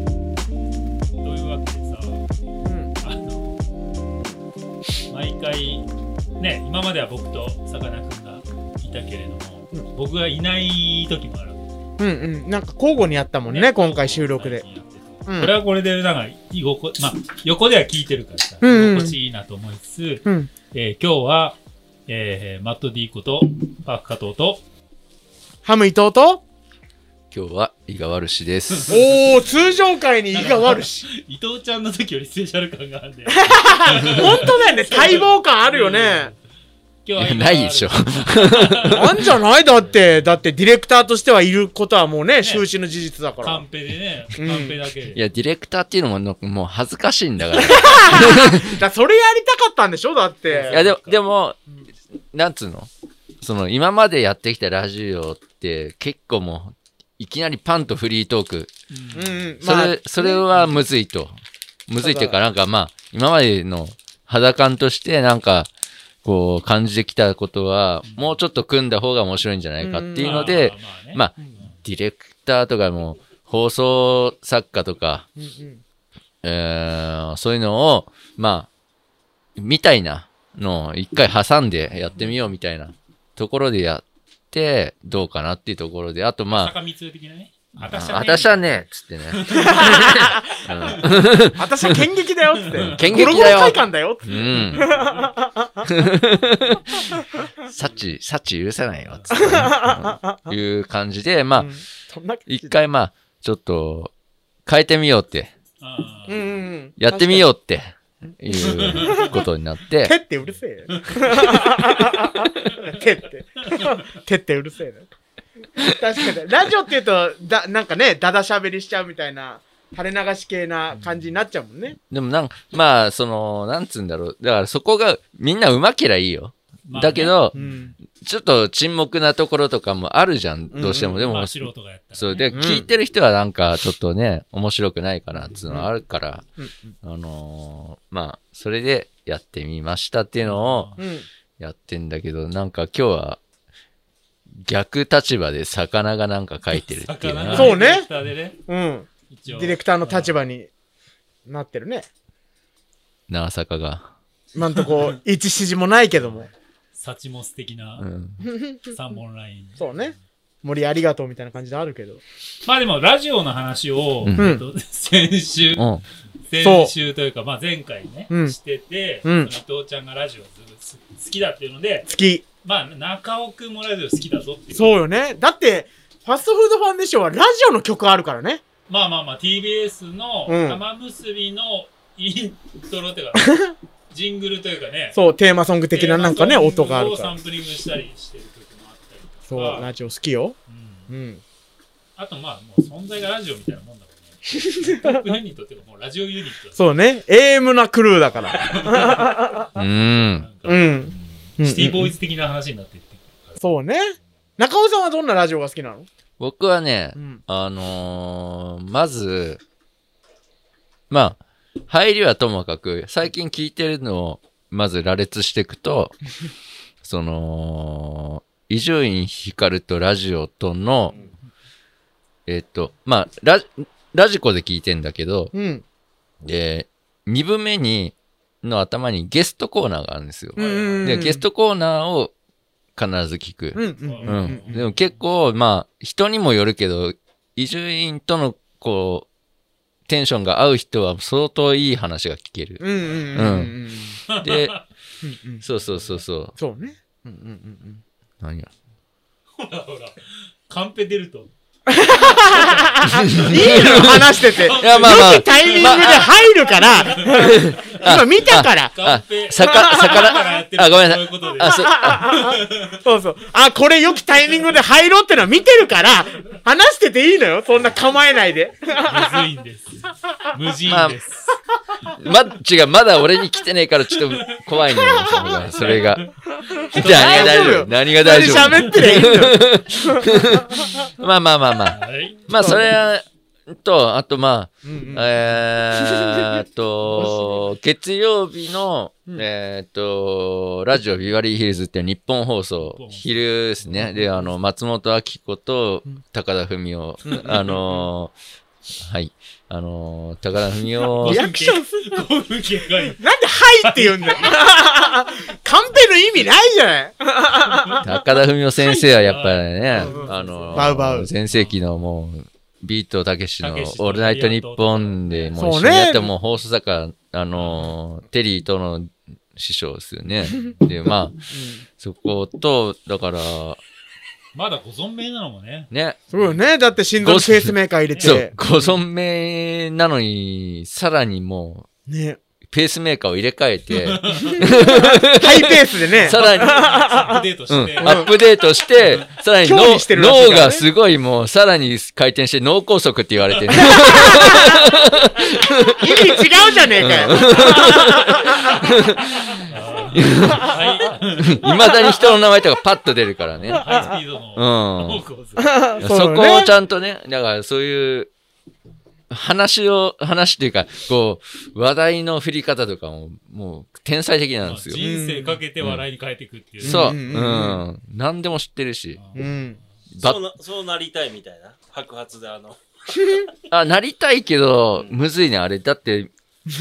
というわけでさ、あの毎回ね今までは僕とさかなクンがいたけれども、うん僕がいない時もあるわうんうん。なんか交互にやったもけんね、今回収録で。最近やっててうんこれはこれでなんか居心地まあ横では聞いてるからさ、うんうん居心地いいなと思いつつ、うん。えー今日は、えーマット D ことパーク加藤とハム伊藤と、今日は伊賀るし です。おー、通常回に胃が悪し。伊藤ちゃんの時よりスペシャル感があるんで 本当だよね、待望感あるよね。今日はないでしょ。 なんじゃないだって、だってディレクターとしてはいることはもうね、周知の事実だかカらン。ペでねカうんンペだけでいや、ディレクターっていうのもなんかもう恥ずかしいんだから。い だそれやりたかったんでしょだって。や、でも、でも、なんつうのその、今までやってきたラジオって結構もう、いきなりパンとフリートーク。うんうん。それ、まあ、それはむずいと。むずいっていうか、なんかまあ、今までの肌感としてなんか、こう、感じてきたことは、もうちょっと組んだ方が面白いんじゃないかっていうので、まあまあ、ディレクターとかも、放送作家とか、うんうんえーそういうのを、まあ、みたいなのを一回挟んでやってみようみたいなところでやって、どうかなっていうところで、あとまあ、坂光的なね。あたしゃね。あたしはね、つってね。私は剣撃だよって。剣撃だよゴロゴロ快感だよって。うん。幸、幸許せないよ、つってね、うんいう感じで、まあうん、そんな感じ一回まあ、ちょっと、変えてみようって、あうんうんうん。やってみよう。うって、いうことになって手、ってうるせえ。 手って。手ってうるせえな。確かに。ラジオっていうと、だ、なんかね、だだしゃべりしちゃうみたいな、垂れ流し系な感じになっちゃうもんね。でもなんか、まあ、その、なんつうんだろう。だからそこが、みんな上手けりゃいいよ。まあねだけど、うん。ちょっと沈黙なところとかもあるじゃん、どうしても。ででも、も、素人がやったら。そう。で、うん聞いてる人はなんか、ちょっとね、面白くないかな、っていうのはあるから、うんあのーまあ、それでやってみましたっていうのをうん。やってんだけど、なんか今日は、逆立場で魚がなんか書いてるっていう魚のがはそうデねィレクターでねうん。一デ応ィレクターの立場になってるね。長坂が。今んとこ、一指示もないけども。サチモス的なうん。三本ライン。そうね。森ありがとうみたいな感じであるけど。まあでも、ラジオの話を、うんえっと先週、うん。先週というか、まあ前回ねう、んしてて、うんその伊藤ちゃんがラジオす好きだっていうので、好き。まあ中尾くんもラジオ好きだぞっていう。そうよね。だって、ファストフードファンデーションはラジオの曲あるからね。まあまあまあ TBS のうん玉結びのイントロというか、 ジングルというかね、そう、テーマソング的ななんかね、テーマソング音があるをかサらン。プリングしたりしてる曲もあったりとか。そう、ラジオ好きよ。うんうん。あとまあ、もう存在がラジオみたいなもんだもんね。 トップユニットっていうか、もうラジオユニットだねそうね。AM なクルーだから。うんな。んかう。ん。シティボーイイズ的な話になっていってるそうね。中尾さんはどんなラジオが好きなの僕はね、うん。あのーまず、まあ、入りはともかく、最近聞いてるのを、まず羅列してい くと、その、伊集院光とラジオとの、えっと、まあ、ラ、ラジコで聞いてんだけど、うん。えー、2分目に、の頭にゲストコーナーがあるんですよ。うんうん。で、ゲス。トコーナーを必ず聞く。うんうんううんん。でも結構、まあ、人にもよるけど、伊集院との、こう、テンションが合う人は相当いい話が聞 ける。うんうんうんうん。で、うんうん。そうそうそうそう。そうね。うんうんうん何がほらほら、カンペ出ると。 うん。いいの話してて。いや、まあまタイミングで入るから、今見たから。カンあペ、、さか、さかだからやってるあ、ごめんなそさういうい。ことで。あ、そう、あそうそう。あ、これ良きタイミングで入ろうってのは見てるから、話してていいのよ。そんな構えないで。むずいんです。無人です。ま、違う、まだ俺に来てねえからちょっと怖いんだよ、それが。それが何が大丈夫何が大丈夫二人喋ってりゃいいのよまあまあまあまあ。はい。まあ、それと、あとまあ、うんうんえーっと、月曜日の、うんえーっと、ラジオビバリーヒルズっていう日本放送日本、放送昼ですね。で、あの、松本明子とうん高田文夫、あのーはい、あのー高田文い 夫リ、アクションすんな。興奮系がいい。なんで、はいって言うんだよ。カンペの意味ないじゃない。高田文夫先生はやっぱりねう、んあのーバウバウ全盛期のもう、ビートたけしのたけしとオールナイトニッポンでもそうう一ね緒にやって、もう放送作家、あのーテリーとの師匠です よね。で、まあ、そこと、だから、まだご存命なのもね。ね、そうよね。だって心臓にペースメーカー入れそうて、。ご存命なのに、さらにもね。う、ペースメーカーを入れ替えて、ハイペースでね。 さ らに、アップデートして。うん、アップデートして、さらに興脳味してるらしいからね脳がすごいもう、さらに回転して脳梗塞って言われ てる。意味違うじゃねえかよ。 はい。いまだに人の名前とかパッと出るからね。ハイスピードの。うん。方向性 そそうこをねちゃんとね、だからそういう、話を、話っていうか、こう、話題の振り方とかも、もう、天才的なんですよ。人生かけて笑いに変えていくっていう。そうう、うんうんうんん何でも知ってるし。うん。ばそうなそうなりたいみたいな白髪であのあ、なりたいけど、むずいね、あれ。だって、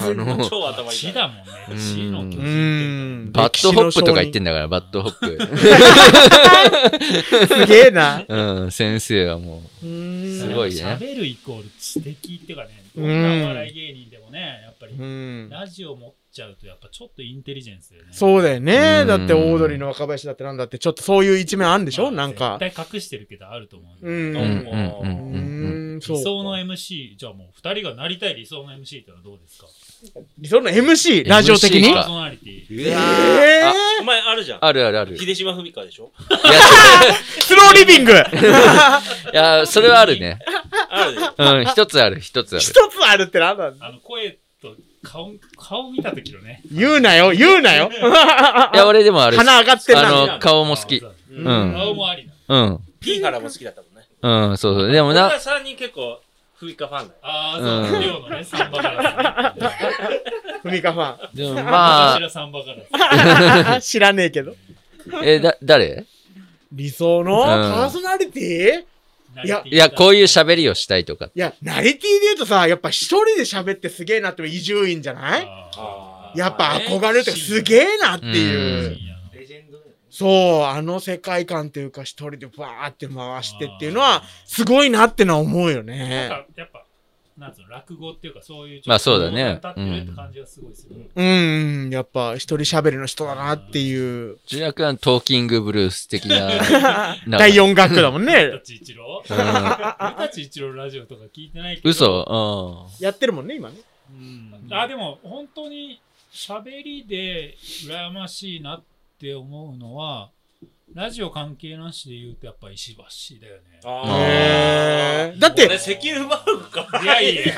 あの、超頭痛死いだもんね。うん死の巨人っうて。ん。バッドホップとか言ってんだから、バッドホッ プ。すげえ な。うん、先生はもうすん。ごいね喋るイコール知的っていうかね、うんどんなお笑い芸人でもね、やっぱりう、ん。ラジオ持っちゃうと、やっぱちょっとインテリジェンスだよね。うそうだよね。うんだって、オードリーの若林だってなんだって、ちょっとそういう一面あんででしょなんか。絶対隠してるけど、あると思うんだうけんう。ど。ううん、うん、う、んうん。ん、そう理か。想の MC、じゃあもう二人がなりたい理想の MC ってのはどうですか理想の MC、ラジオ的に MC パーかソナリティ。えあお前あるじゃんあるあるある。い秀島文香でしょや、スローリビングいやそれはあるね。あるでしょうん、一つある、一つある一。つあるってなんだあの、声と顔、顔見た時のね。言うなよ、言うなよいや、俺でもあ る。鼻上がってんあな。の顔も好き顔うん顔もありな。うん。 P 原も好きだったもんねうん、そうそう。でも俺はな、 3人結構文香ファンだよああ、そうう、ん量のね、サンバガラス。ふみかファでもままあ、サンバガラス。 ン。知らねえけど。あ、え、だ、誰理想のうんパーソナリティなりたいや、こういう喋喋りをしたいとか。いや、ナリティで言うとさ、やっぱ一人で喋ってすげえなって移住員じゃないあーやっぱ憧れてすげえなっていう。レジェンドだよねそう、あの世界観というか一人でバーって回してっていうのは、すごいなってのは思うよなんね。かやっぱ、なんつうの、落語っていうか、そういう、まあそうだね立ってるって感じがすごいする。うん、やっぱ一人喋りの人だなっていう。純也君はトーキングブルース的 な。 なんか第4学だもん古ね。舘一郎う古ん舘一郎のラジオとか聞いてないけど。嘘やってるもんね、今ね。うんあ、でも、本当に、喋りで羨ましいなって思うのは、ラジオ関係なしで言うと、やっぱ石橋だよね。あへーーだっ俺て、石油バルかいやいや、いやいや、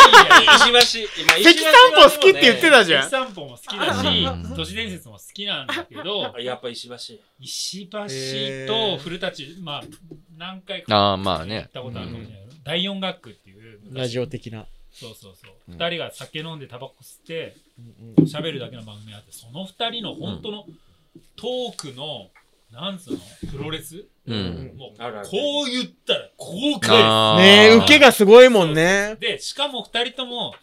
石橋今関散歩好きって言ってたじゃ石ん。散歩も好きだしうん、都市伝説も好きなんだけど、やっぱ石橋石橋と古舘、まあ、何回うん。かああ、まあ行ねっ。たことあるかもしれないけど、第四学区っていう昔ラジオ的な。そうそうそう、ん二人が酒飲んでタバコ吸って喋るだけの番組があってその二人の本当のトークの、なんつうのプロレス、うんもうあるあるこう言ったらこう返あーねえ、受けがすごいもんねす。でしかも二人とも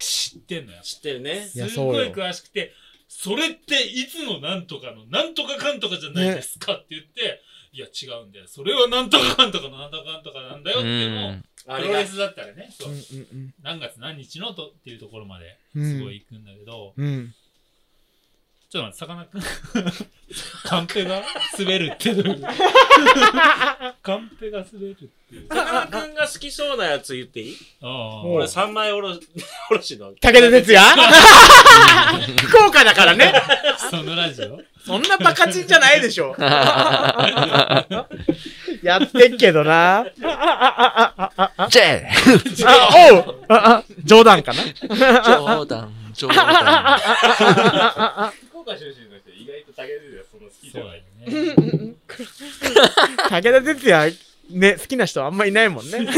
知ってんのよ知ってるねいすやっごいそう詳しくてそれっていつのなんとかのなんとかかんとかじゃないですかって言って、いや違うんだよそれはなんとかかんとかのなんとかかんとかなんだようってもん。あプれロがレスだったらね、そううんうん何月何日のとっていうところまでうんすごい行くんだけど、うん。うん。ちょっと待って、さかなクン。 カンペが滑るってどう いうことカンペが滑るっていう。さかなクンが好きそうなやつ言っていいあおう俺あ。三枚おろし おろしの武田鉄矢 福岡だからね。そのラジオそんなバカチンじゃないでしょ。やってっけどな。あ、あ、あ、あ、あ、あ、 ジェあ、おうあ、あ、冗談かな冗談、冗 談。福岡出身の人、意外と竹内はそんな好きじそゃうなだいよ。ね。武田鉄矢、ね、好きな人あんまいないもんね。ムカ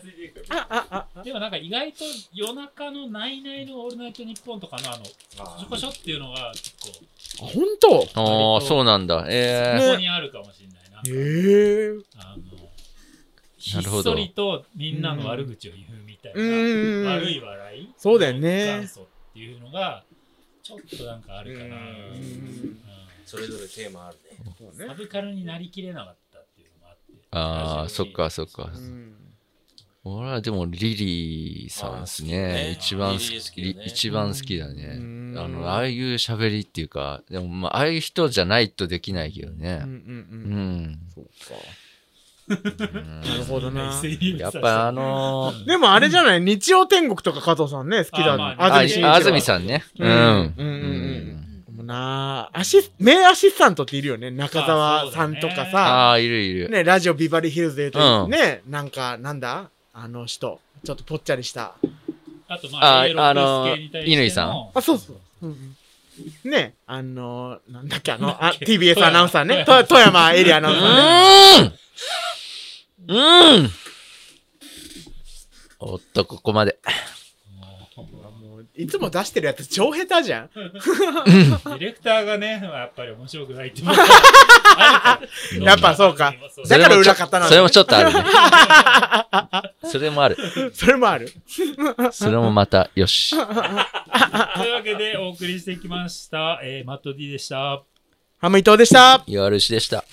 ついていくから。でもなんか意外と夜中のナイナイのオールナイトニッポンとかのあの、ちょこちょっていうのが結構、こほんとああ、そうなんだ。えこにあるかもしれないな。ええ。あの、ひなっるほそどりとみんなの悪口を言うみたいな、うん悪い笑いそうだよね元祖っていうのが、ちょっとなんかあるかな。うんうんそれぞれテーマあるね。そうサね。ブカルになりきれなかったっていうのもあって。ー、ああ、そっかそっかう。ん俺はでもリリーさんですね。あー好きね一番好リリー好き、きだね一番好きだうね。んあの、ああいう喋りっていうか、でもまあ、ああいう人じゃないとできないけどうんうね。うんん。うん。そううん か。なるほどな。やっぱあのー、でもあれじゃない日曜天国とか加藤さんね、好きだあまあねね。あ安住慎一郎紳一安住郎さんね。ううんん。うんうんうんんもうなあアシス、名アシスタントっているよね。中澤さんとかあさ。あ、いるいる。ね、ラジオビバリーヒルズで言うと、うんね、なんか、なんだあの人。ちょっとぽっちゃりした。あとまあ、あああののー、乾さんあ、そうそう。うんうん、ね、あのー、なんだっけ、あの、あ TBS アナウンサーね。と富山エリアアナウンうサーね。ーんうんおっと、ここまで。いつも出してるやつ超下手じゃん。ディレクターがね、やっぱり面白くないっていうのがあるけどやっぱそうかそうだから裏方なのそれもちょっとあるね。 それもある。それもある。それもまた、よし。というわけでお送りしてきました。えーマット D でした。ハム伊藤でした。よろしでした。